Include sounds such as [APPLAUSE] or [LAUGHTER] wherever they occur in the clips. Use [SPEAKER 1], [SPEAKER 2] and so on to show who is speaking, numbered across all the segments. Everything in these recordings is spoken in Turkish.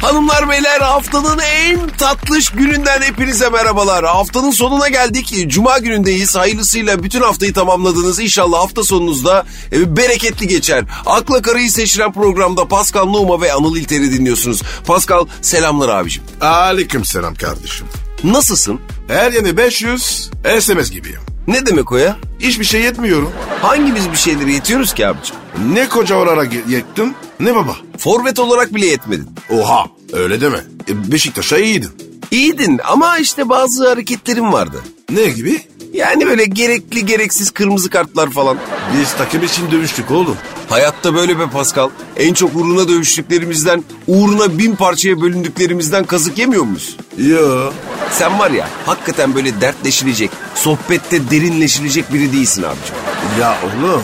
[SPEAKER 1] Hanımlar beyler haftanın en tatlış gününden hepinize merhabalar. Haftanın sonuna geldik. Cuma günündeyiz. Hayırlısıyla bütün haftayı tamamladınız. İnşallah hafta sonunuzda e, bereketli geçer. Akla Karayı Seçiren programda Pascal Numa ve Anıl İlter'i dinliyorsunuz. Pascal selamlar abicim.
[SPEAKER 2] Aleyküm selam kardeşim.
[SPEAKER 1] Nasılsın?
[SPEAKER 2] Her yeni 500 SMS gibiyim.
[SPEAKER 1] Ne demek o ya?
[SPEAKER 2] Hiçbir şey yetmiyorum.
[SPEAKER 1] Hangimiz bir şeyleri yetiyoruz ki abicim?
[SPEAKER 2] Ne koca olarak ye- yettim ne baba.
[SPEAKER 1] Forvet olarak bile yetmedin.
[SPEAKER 2] Oha öyle deme. E, Beşiktaş'a iyiydin.
[SPEAKER 1] İyiydin ama işte bazı hareketlerim vardı.
[SPEAKER 2] Ne gibi?
[SPEAKER 1] Yani böyle gerekli gereksiz kırmızı kartlar falan.
[SPEAKER 2] Biz takım için dövüştük oğlum.
[SPEAKER 1] Hayatta böyle be Pascal. En çok uğruna dövüştüklerimizden, uğruna bin parçaya bölündüklerimizden kazık yemiyor muyuz?
[SPEAKER 2] Yo.
[SPEAKER 1] Sen var ya hakikaten böyle dertleşilecek, sohbette derinleşilecek biri değilsin abicim.
[SPEAKER 2] Ya oğlum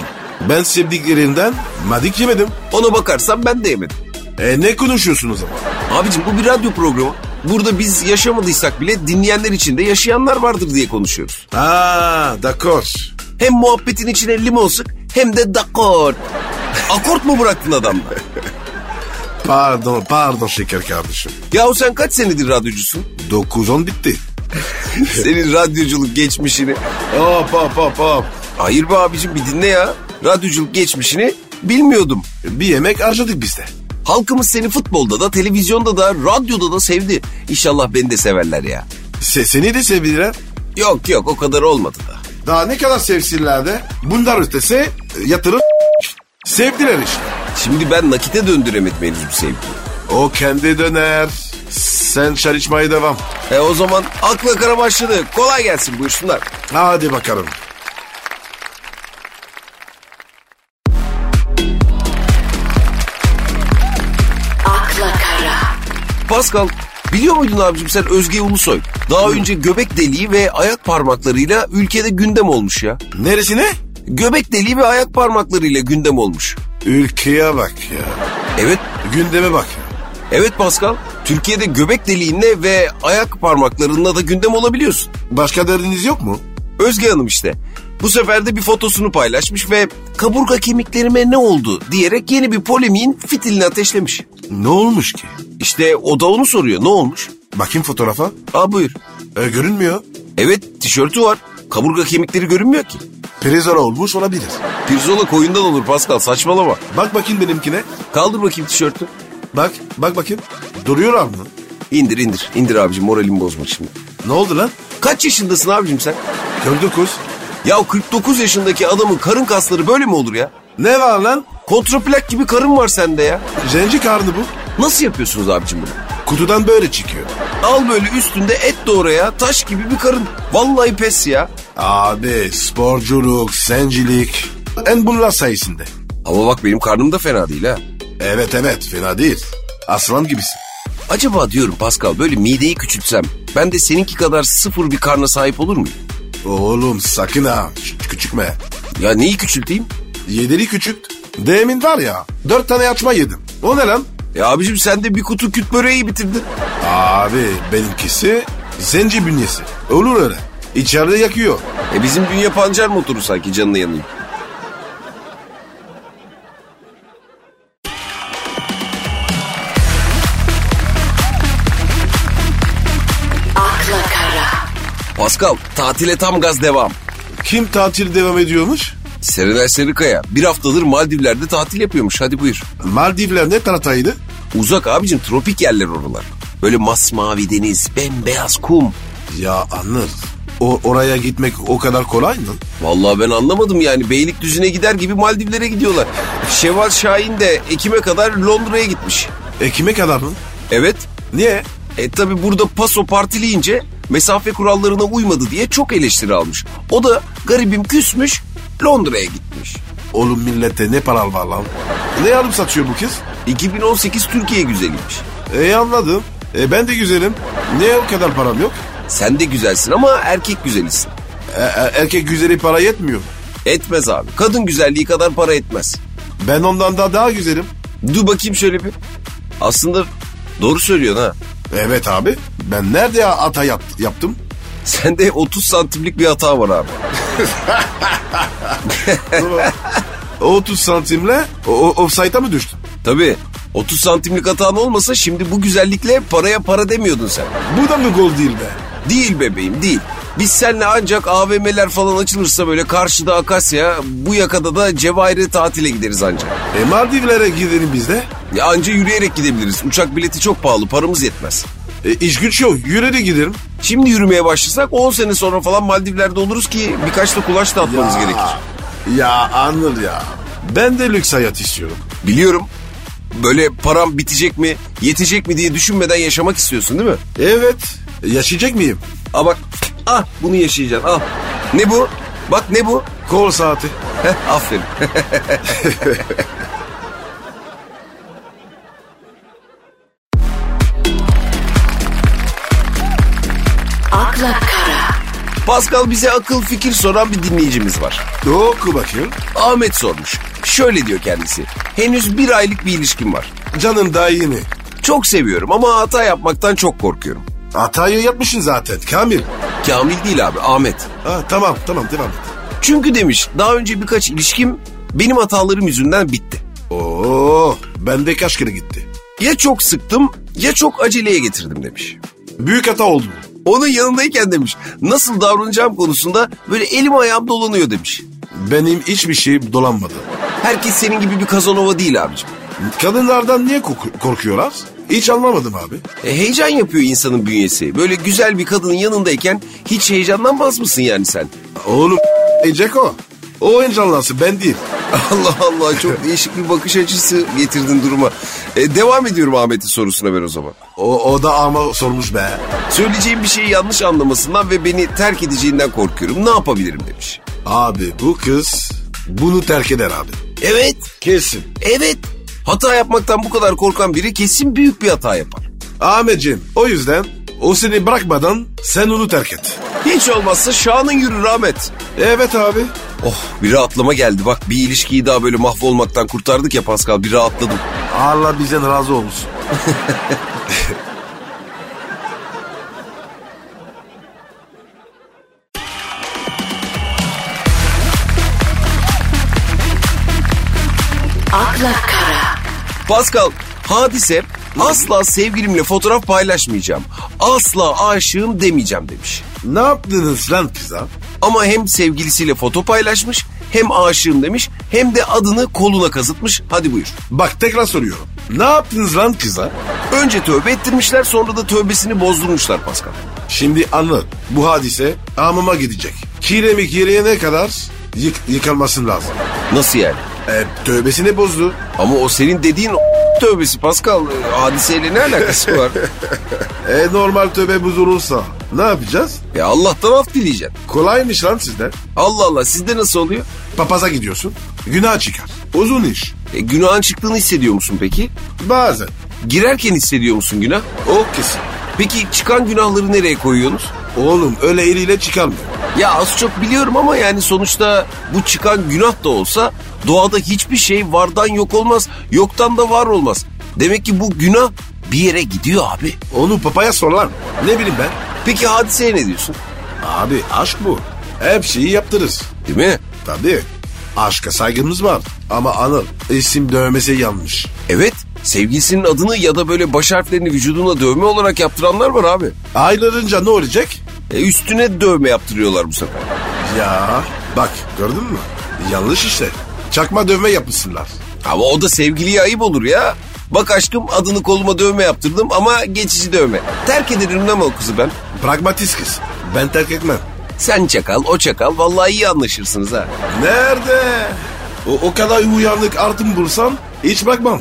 [SPEAKER 2] ben sevdiklerimden madik yemedim.
[SPEAKER 1] Ona bakarsan ben de yemedim.
[SPEAKER 2] E ne konuşuyorsunuz ama?
[SPEAKER 1] Abicim bu bir radyo programı. Burada biz yaşamadıysak bile dinleyenler için de yaşayanlar vardır diye konuşuyoruz.
[SPEAKER 2] Aa dakor.
[SPEAKER 1] Hem muhabbetin içine limon sık hem de dakord. Akort mu bıraktın adamla?
[SPEAKER 2] Pardon pardon şeker kardeşim.
[SPEAKER 1] Yahu sen kaç senedir radyocusun?
[SPEAKER 2] 9-10 bitti.
[SPEAKER 1] Senin radyoculuk geçmişini.
[SPEAKER 2] Hop hop hop hop.
[SPEAKER 1] Hayır be abicim bir dinle ya. Radyoculuk geçmişini bilmiyordum.
[SPEAKER 2] Bir yemek harcadık biz de.
[SPEAKER 1] Halkımız seni futbolda da, televizyonda da, radyoda da sevdi. İnşallah beni de severler ya.
[SPEAKER 2] Se- seni de sevdiler.
[SPEAKER 1] Yok yok o kadar olmadı da.
[SPEAKER 2] Daha ne kadar sevsinler de bundan ötesi e, yatırır [LAUGHS] sevdiler işte.
[SPEAKER 1] Şimdi ben nakite döndüremedim henüz bu sevgiyi.
[SPEAKER 2] O kendi döner. Sen çalışmaya devam.
[SPEAKER 1] E o zaman akla kara başladı. Kolay gelsin buyursunlar.
[SPEAKER 2] Hadi bakalım.
[SPEAKER 3] akla kara,
[SPEAKER 1] Pascal biliyor muydun abicim sen Özge Ulusoy? Daha önce göbek deliği ve ayak parmaklarıyla ülkede gündem olmuş ya.
[SPEAKER 2] Neresine?
[SPEAKER 1] Göbek deliği ve ayak parmaklarıyla gündem olmuş.
[SPEAKER 2] Ülkeye bak ya.
[SPEAKER 1] Evet
[SPEAKER 2] Gündeme bak ya.
[SPEAKER 1] Evet Pascal, Türkiye'de göbek deliğinle ve ayak parmaklarınla da gündem olabiliyorsun.
[SPEAKER 2] Başka derdiniz yok mu?
[SPEAKER 1] Özge Hanım işte. Bu sefer de bir fotosunu paylaşmış ve kaburga kemiklerime ne oldu diyerek yeni bir polemiğin fitilini ateşlemiş.
[SPEAKER 2] Ne olmuş ki?
[SPEAKER 1] İşte o da onu soruyor ne olmuş?
[SPEAKER 2] Bakayım fotoğrafa.
[SPEAKER 1] Aa buyur.
[SPEAKER 2] E, görünmüyor.
[SPEAKER 1] Evet tişörtü var. Kaburga kemikleri görünmüyor ki.
[SPEAKER 2] Prezora olmuş olabilir.
[SPEAKER 1] Pirzola koyundan olur Pascal saçmalama.
[SPEAKER 2] Bak bakayım benimkine.
[SPEAKER 1] Kaldır bakayım tişörtü.
[SPEAKER 2] Bak, bak bakayım. Duruyor abi mı?
[SPEAKER 1] İndir indir. İndir abicim moralimi bozma şimdi.
[SPEAKER 2] Ne oldu lan?
[SPEAKER 1] Kaç yaşındasın abicim sen?
[SPEAKER 2] 49.
[SPEAKER 1] Ya 49 yaşındaki adamın karın kasları böyle mi olur ya?
[SPEAKER 2] Ne var lan?
[SPEAKER 1] Kontraplak gibi karın var sende ya.
[SPEAKER 2] Zenci karnı bu.
[SPEAKER 1] Nasıl yapıyorsunuz abicim bunu?
[SPEAKER 2] Kutudan böyle çıkıyor.
[SPEAKER 1] Al böyle üstünde et doğraya taş gibi bir karın. Vallahi pes ya.
[SPEAKER 2] Abi sporculuk, zencilik. En bunlar sayesinde.
[SPEAKER 1] Ama bak benim karnım da fena değil ha.
[SPEAKER 2] Evet evet fena değil. Aslan gibisin.
[SPEAKER 1] Acaba diyorum Pascal böyle mideyi küçültsem ben de seninki kadar sıfır bir karna sahip olur muyum?
[SPEAKER 2] Oğlum sakın ha ş- küçükme.
[SPEAKER 1] Ya neyi küçülteyim?
[SPEAKER 2] Yedili küçük. Demin var ya dört tane açma yedim. O ne lan?
[SPEAKER 1] Ya E abicim sen de bir kutu küt böreği bitirdin.
[SPEAKER 2] Abi benimkisi zenci bünyesi. Olur öyle. İçeride yakıyor.
[SPEAKER 1] E bizim dünya pancar motoru sanki canını yanayım.
[SPEAKER 3] akla kara,
[SPEAKER 1] Pascal tatile tam gaz devam.
[SPEAKER 2] Kim tatil devam ediyormuş?
[SPEAKER 1] Serenay Sarıkaya bir haftadır Maldivler'de tatil yapıyormuş hadi buyur.
[SPEAKER 2] Maldivler ne tarataydı?
[SPEAKER 1] Uzak abicim tropik yerler oralar. Böyle masmavi deniz, bembeyaz kum.
[SPEAKER 2] Ya anır. O, oraya gitmek o kadar kolay mı?
[SPEAKER 1] Vallahi ben anlamadım yani Beylikdüzü'ne gider gibi Maldivlere gidiyorlar. Şevval Şahin de Ekim'e kadar Londra'ya gitmiş.
[SPEAKER 2] Ekime kadar mı?
[SPEAKER 1] Evet.
[SPEAKER 2] Niye?
[SPEAKER 1] E tabi burada paso partileyince mesafe kurallarına uymadı diye çok eleştiri almış. O da garibim küsmüş Londra'ya gitmiş.
[SPEAKER 2] Oğlum millete ne para var lan? Ne alıp satıyor bu kız?
[SPEAKER 1] 2018 Türkiye güzeliymiş.
[SPEAKER 2] E anladım. E ben de güzelim. Niye o kadar param yok?
[SPEAKER 1] Sen de güzelsin ama erkek güzelisin.
[SPEAKER 2] E, e, erkek güzeli para yetmiyor.
[SPEAKER 1] Etmez abi. Kadın güzelliği kadar para etmez.
[SPEAKER 2] Ben ondan da daha güzelim.
[SPEAKER 1] Dur bakayım şöyle bir. Aslında doğru söylüyorsun ha. [LAUGHS]
[SPEAKER 2] Evet abi. Ben nerede ata yap- yaptım?
[SPEAKER 1] Sende 30 santimlik bir hata var abi.
[SPEAKER 2] O 30 santimle o, o, offside'a mı düştüm?
[SPEAKER 1] Tabii 30 santimlik hatan olmasa şimdi bu güzellikle paraya para demiyordun sen.
[SPEAKER 2] Bu da mı gol değil be?
[SPEAKER 1] Değil bebeğim değil. Biz seninle ancak AVM'ler falan açılırsa böyle karşıda Akasya, bu yakada da Cevahir'e tatile gideriz ancak.
[SPEAKER 2] E Maldivlere gidelim biz de.
[SPEAKER 1] Ya anca yürüyerek gidebiliriz. Uçak bileti çok pahalı, paramız yetmez.
[SPEAKER 2] E, iş güç yok. Yürü de gidelim.
[SPEAKER 1] Şimdi yürümeye başlasak 10 sene sonra falan Maldivler'de oluruz ki birkaç da kulaç da atmamız gerekir.
[SPEAKER 2] Ya Anıl ya. Ben de lüks hayat istiyorum.
[SPEAKER 1] Biliyorum. Böyle param bitecek mi, yetecek mi diye düşünmeden yaşamak istiyorsun değil mi?
[SPEAKER 2] Evet. E, Yaşayacak mıyım?
[SPEAKER 1] Aa bak, ah bunu yaşayacaksın al. Ne bu? Bak ne bu?
[SPEAKER 2] Kol saati.
[SPEAKER 1] Heh, aferin.
[SPEAKER 3] akla kara,
[SPEAKER 1] Pascal bize akıl fikir soran bir dinleyicimiz var.
[SPEAKER 2] Oku bakayım.
[SPEAKER 1] Ahmet sormuş. Şöyle diyor kendisi. Henüz bir aylık bir ilişkim var.
[SPEAKER 2] Canım daha iyi mi?
[SPEAKER 1] Çok seviyorum ama hata yapmaktan çok korkuyorum.
[SPEAKER 2] Hatayı yapmışsın zaten Kamil.
[SPEAKER 1] Kamil değil abi Ahmet.
[SPEAKER 2] Ha, tamam tamam devam et.
[SPEAKER 1] Çünkü demiş daha önce birkaç ilişkim benim hatalarım yüzünden bitti.
[SPEAKER 2] Oo, bende kaç kere gitti.
[SPEAKER 1] Ya çok sıktım ya çok aceleye getirdim demiş.
[SPEAKER 2] Büyük hata oldu.
[SPEAKER 1] Onun yanındayken demiş nasıl davranacağım konusunda böyle elim ayağım dolanıyor demiş.
[SPEAKER 2] Benim hiçbir şey dolanmadı.
[SPEAKER 1] Herkes senin gibi bir Kazanova değil abicim.
[SPEAKER 2] Kadınlardan niye korku- korkuyorlar? Hiç anlamadım abi.
[SPEAKER 1] E, heyecan yapıyor insanın bünyesi. Böyle güzel bir kadının yanındayken hiç heyecanlanmaz mısın yani sen? [LAUGHS]
[SPEAKER 2] Oğlum Ecek o. O heyecanlansın ben değil.
[SPEAKER 1] Allah Allah çok değişik bir bakış açısı getirdin duruma. E, devam ediyorum Ahmet'in sorusuna ben o zaman.
[SPEAKER 2] O, o da ama sormuş be.
[SPEAKER 1] Söyleyeceğim bir şeyi yanlış anlamasından ve beni terk edeceğinden korkuyorum. Ne yapabilirim demiş.
[SPEAKER 2] Abi bu kız bunu terk eder abi.
[SPEAKER 1] Evet,
[SPEAKER 2] Kesin.
[SPEAKER 1] evet. Hata yapmaktan bu kadar korkan biri kesin büyük bir hata yapar.
[SPEAKER 2] Ahmetciğim o yüzden o seni bırakmadan sen onu terk et.
[SPEAKER 1] Hiç olmazsa şanın yürür Ahmet.
[SPEAKER 2] Evet abi.
[SPEAKER 1] Oh bir rahatlama geldi. Bak bir ilişkiyi daha böyle mahvolmaktan kurtardık ya Pascal. Bir rahatladım.
[SPEAKER 2] Allah bizden razı olsun.
[SPEAKER 3] akla kara,
[SPEAKER 1] Pascal hadise asla sevgilimle fotoğraf paylaşmayacağım. Asla aşığım demeyeceğim demiş.
[SPEAKER 2] Ne yaptınız lan kıza?
[SPEAKER 1] Ama hem sevgilisiyle foto paylaşmış hem aşığım demiş hem de adını koluna kazıtmış. Hadi buyur.
[SPEAKER 2] Bak tekrar soruyorum. Ne yaptınız lan kıza?
[SPEAKER 1] Önce tövbe ettirmişler sonra da tövbesini bozdurmuşlar Pascal.
[SPEAKER 2] Şimdi anlat. Bu hadise hamama gidecek. Kiremi kireyene kadar yık- yıkanmasın lazım.
[SPEAKER 1] Nasıl yani?
[SPEAKER 2] E, tövbesini bozdu.
[SPEAKER 1] Ama o senin dediğin o- tövbesi Pascal. E, Hadiseyle ne alakası var?
[SPEAKER 2] E, normal tövbe bozulursa ne yapacağız?
[SPEAKER 1] ya Allah'tan af dileyeceksin.
[SPEAKER 2] Kolaymış lan sizden.
[SPEAKER 1] Allah Allah sizde nasıl oluyor?
[SPEAKER 2] Papaza gidiyorsun. Günah çıkar. Uzun iş.
[SPEAKER 1] E, günahın çıktığını hissediyor musun peki?
[SPEAKER 2] Bazen.
[SPEAKER 1] Girerken hissediyor musun günah?
[SPEAKER 2] O kesin.
[SPEAKER 1] Peki çıkan günahları nereye koyuyorsunuz?
[SPEAKER 2] Oğlum öyle eliyle çıkarmıyor.
[SPEAKER 1] Ya az çok biliyorum ama yani sonuçta bu çıkan günah da olsa doğada hiçbir şey vardan yok olmaz, yoktan da var olmaz. Demek ki bu günah bir yere gidiyor abi.
[SPEAKER 2] Onu papaya sorular mı? Ne bileyim ben?
[SPEAKER 1] Peki hadiseye ne diyorsun?
[SPEAKER 2] Abi aşk bu. Hep şeyi yaptırırız.
[SPEAKER 1] Değil mi?
[SPEAKER 2] Tabii. Aşka saygımız var. Ama Anıl isim dövmesi yanlış.
[SPEAKER 1] Evet. Sevgilisinin adını ya da böyle baş harflerini vücuduna dövme olarak yaptıranlar var abi.
[SPEAKER 2] Aylarınca ne olacak?
[SPEAKER 1] E üstüne dövme yaptırıyorlar bu sefer.
[SPEAKER 2] Ya bak gördün mü? Yanlış işte. Çakma dövme yapmışsınlar.
[SPEAKER 1] Ama o da sevgiliye ayıp olur ya. Bak aşkım adını koluma dövme yaptırdım ama geçici dövme. Terk ederim ama o kızı ben.
[SPEAKER 2] Pragmatist kız. Ben terk etmem.
[SPEAKER 1] Sen çakal, o çakal. Vallahi iyi anlaşırsınız ha.
[SPEAKER 2] Nerede? O, o kadar uyanık artım bulsam hiç bırakmam.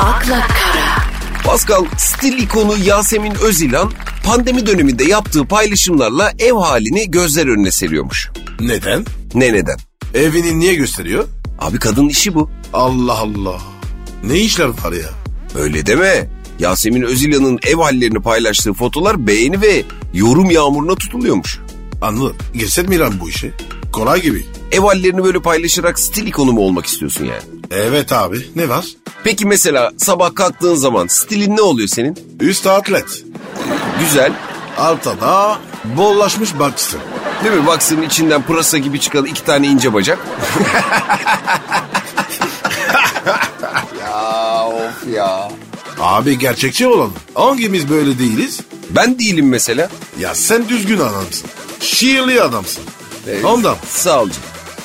[SPEAKER 3] akla kara,
[SPEAKER 1] Pascal stil ikonu Yasemin Özilan pandemi döneminde yaptığı paylaşımlarla ev halini gözler önüne seriyormuş.
[SPEAKER 2] Neden?
[SPEAKER 1] Ne neden?
[SPEAKER 2] Evini niye gösteriyor?
[SPEAKER 1] Abi kadın işi bu.
[SPEAKER 2] Allah Allah. Ne işler var ya?
[SPEAKER 1] Öyle deme. Yasemin Özilan'ın ev hallerini paylaştığı fotolar beğeni ve yorum yağmuruna tutuluyormuş.
[SPEAKER 2] Anıl girsek mi lan bu işe? Kolay gibi.
[SPEAKER 1] Ev hallerini böyle paylaşarak stil ikonu mu olmak istiyorsun yani?
[SPEAKER 2] Evet abi ne var?
[SPEAKER 1] Peki mesela sabah kalktığın zaman stilin ne oluyor senin?
[SPEAKER 2] Üst atlet.
[SPEAKER 1] Güzel,
[SPEAKER 2] Altta da Bollaşmış baksın.
[SPEAKER 1] Değil mi? Baksın içinden pırasa gibi çıkan iki tane ince bacak. [LAUGHS] ya of ya.
[SPEAKER 2] Abi gerçekçi olalım. Hangimiz böyle değiliz?
[SPEAKER 1] Ben değilim mesela.
[SPEAKER 2] Ya sen düzgün adamsın. Şiirli adamsın.
[SPEAKER 1] Ee,
[SPEAKER 2] Ondan.
[SPEAKER 1] Sağ ol canım.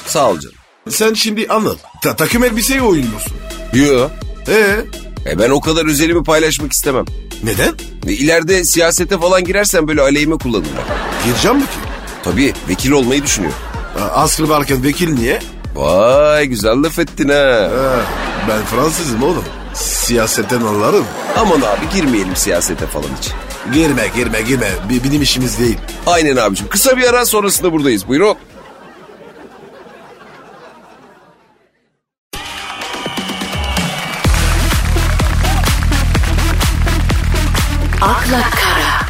[SPEAKER 1] Sağ ol canım.
[SPEAKER 2] Sen şimdi anıl. Ta- takım elbiseyi oynuyorsun.
[SPEAKER 1] Yo.
[SPEAKER 2] Ee,
[SPEAKER 1] E ben o kadar özelimi paylaşmak istemem.
[SPEAKER 2] neden?
[SPEAKER 1] Ve ileride siyasete falan girersem böyle aleyhime kullanırlar.
[SPEAKER 2] Gireceğim mi ki?
[SPEAKER 1] Tabii vekil olmayı düşünüyor.
[SPEAKER 2] Ha, Aslı varken vekil niye?
[SPEAKER 1] Vay güzel laf ettin ha.
[SPEAKER 2] Ha, ben Fransızım oğlum. Siyasetten anlarım.
[SPEAKER 1] Aman abi girmeyelim siyasete falan hiç.
[SPEAKER 2] Girme girme girme. Bi- Bizim işimiz değil.
[SPEAKER 1] Aynen abicim. Kısa bir ara sonrasında buradayız. Buyurun.
[SPEAKER 3] akla kara,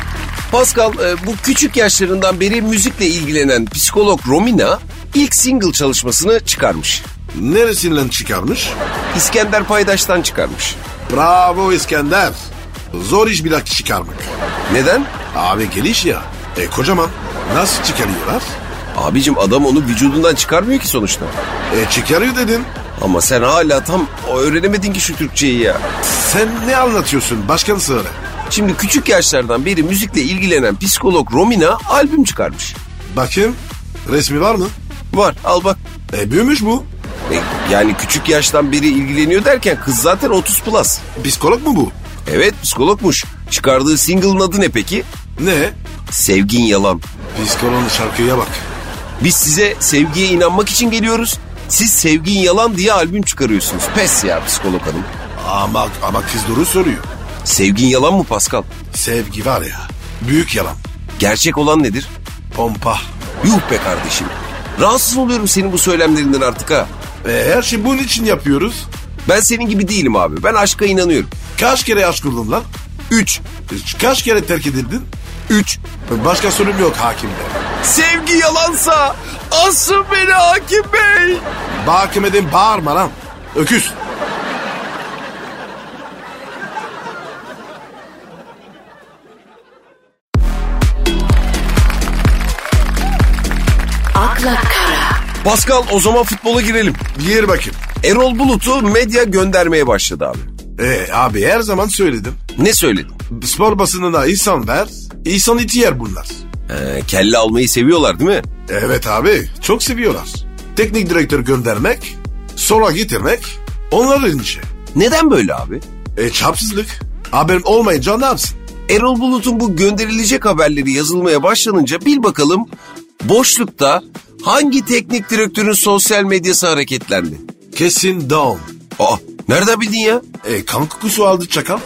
[SPEAKER 1] Pascal e, bu küçük yaşlarından beri müzikle ilgilenen psikolog Romina ilk single çalışmasını çıkarmış.
[SPEAKER 2] Neresinden çıkarmış?
[SPEAKER 1] İskender Paydaş'tan çıkarmış.
[SPEAKER 2] Bravo İskender. Zor iş bir dakika çıkarmak.
[SPEAKER 1] Neden?
[SPEAKER 2] Abi geliş ya. E kocaman. Nasıl çıkarıyorlar?
[SPEAKER 1] Abicim adam onu vücudundan çıkarmıyor ki sonuçta.
[SPEAKER 2] E çıkarıyor dedin.
[SPEAKER 1] Ama sen hala tam öğrenemedin ki şu Türkçeyi ya.
[SPEAKER 2] Sen ne anlatıyorsun başkan söyle.
[SPEAKER 1] Şimdi küçük yaşlardan beri müzikle ilgilenen psikolog Romina albüm çıkarmış.
[SPEAKER 2] Bakayım resmi var mı?
[SPEAKER 1] Var al bak.
[SPEAKER 2] E büyümüş bu.
[SPEAKER 1] E, yani küçük yaştan beri ilgileniyor derken kız zaten 30 plus.
[SPEAKER 2] Psikolog mu bu?
[SPEAKER 1] Evet psikologmuş. Çıkardığı single'ın adı ne peki?
[SPEAKER 2] Ne?
[SPEAKER 1] Sevgin Yalan.
[SPEAKER 2] Psikologun şarkıya bak.
[SPEAKER 1] Biz size sevgiye inanmak için geliyoruz. Siz sevgin yalan diye albüm çıkarıyorsunuz. Pes ya psikolog hanım.
[SPEAKER 2] Ama, ama kız doğru soruyor.
[SPEAKER 1] Sevgin yalan mı Pascal?
[SPEAKER 2] Sevgi var ya. Büyük yalan.
[SPEAKER 1] Gerçek olan nedir?
[SPEAKER 2] Pompa.
[SPEAKER 1] Yuh be kardeşim. Rahatsız oluyorum senin bu söylemlerinden artık ha.
[SPEAKER 2] E, her şey bunun için yapıyoruz.
[SPEAKER 1] Ben senin gibi değilim abi. Ben aşka inanıyorum.
[SPEAKER 2] Kaç kere aşk kurdun lan? E,
[SPEAKER 1] 3.
[SPEAKER 2] Kaç kere terk edildin? E,
[SPEAKER 1] 3.
[SPEAKER 2] Başka sorun yok hakimde.
[SPEAKER 1] Sevgi yalansa asın beni hakim bey.
[SPEAKER 2] Bakım edin bağırma lan. Öküz.
[SPEAKER 3] akla kara,
[SPEAKER 1] Pascal o zaman futbola girelim.
[SPEAKER 2] Gir bakayım.
[SPEAKER 1] Erol Bulut'u medya göndermeye başladı abi.
[SPEAKER 2] E, abi her zaman söyledim.
[SPEAKER 1] Ne söyledin?
[SPEAKER 2] Spor basınına insan ver, insan iti yer bunlar.
[SPEAKER 1] Ee, kelle almayı seviyorlar değil mi?
[SPEAKER 2] Evet abi, çok seviyorlar. Teknik direktör göndermek, sonra getirmek, onların işi.
[SPEAKER 1] Neden böyle abi?
[SPEAKER 2] E çapsızlık. Haberim olmayınca ne yapsın?
[SPEAKER 1] Erol Bulut'un bu gönderilecek haberleri yazılmaya başlanınca bil bakalım boşlukta hangi teknik direktörün sosyal medyası hareketlendi?
[SPEAKER 2] Kesin down.
[SPEAKER 1] Aa nereden bildin ya?
[SPEAKER 2] E kan kokusu aldı çakal.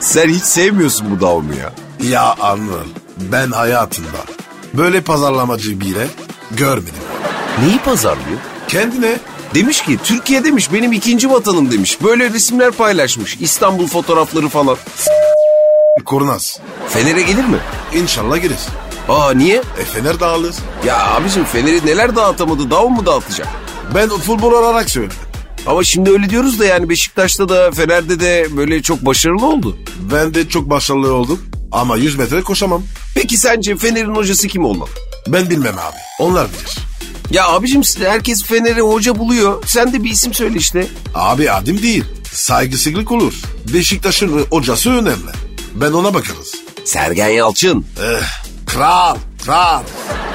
[SPEAKER 1] Sen hiç sevmiyorsun bu davamı ya.
[SPEAKER 2] Ya anlı, ben hayatımda böyle pazarlamacı bile görmedim.
[SPEAKER 1] Neyi pazarlıyor?
[SPEAKER 2] Kendine
[SPEAKER 1] Demiş ki Türkiye demiş benim ikinci vatanım demiş. Böyle resimler paylaşmış. İstanbul fotoğrafları falan.
[SPEAKER 2] kurnaz.
[SPEAKER 1] Fener'e gelir mi?
[SPEAKER 2] İnşallah girir.
[SPEAKER 1] Aa niye?
[SPEAKER 2] E Fener dağılır.
[SPEAKER 1] Ya abicim Fener'i neler dağıtamadı dav mı dağıtacak?
[SPEAKER 2] Ben futbol olarak söyledim.
[SPEAKER 1] Ama şimdi öyle diyoruz da yani Beşiktaş'ta da Fener'de de böyle çok başarılı oldu.
[SPEAKER 2] Ben de çok başarılı oldum ama 100 metre koşamam.
[SPEAKER 1] Peki sence Fener'in hocası kim olmalı?
[SPEAKER 2] Ben bilmem abi. Onlar bilir.
[SPEAKER 1] Ya abicim herkes Fener'e hoca buluyor. Sen de bir isim söyle işte.
[SPEAKER 2] Abi adım değil. Saygısızlık olur. Beşiktaş'ın hocası önemli. Ben ona bakarız.
[SPEAKER 1] Sergen Yalçın.
[SPEAKER 2] Eh, kral, kral.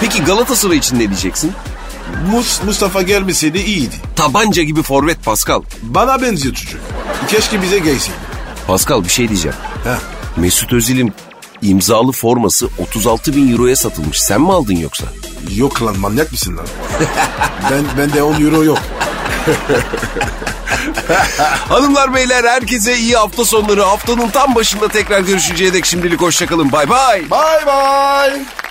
[SPEAKER 1] Peki Galatasaray için ne diyeceksin?
[SPEAKER 2] Mus Mustafa gelmeseydi iyiydi.
[SPEAKER 1] Tabanca gibi forvet Pascal.
[SPEAKER 2] Bana benziyor çocuk. Keşke bize gelseydi.
[SPEAKER 1] Pascal bir şey diyeceğim.
[SPEAKER 2] Heh.
[SPEAKER 1] Mesut Özil'in imzalı forması 36 bin euroya satılmış. Sen mi aldın yoksa?
[SPEAKER 2] Yok lan manyak mısın lan? [LAUGHS] ben, bende 10 euro yok.
[SPEAKER 1] Hanımlar beyler herkese iyi hafta sonları. Haftanın tam başında tekrar görüşünceye dek şimdilik hoşçakalın. Bay bay.
[SPEAKER 2] Bye bye.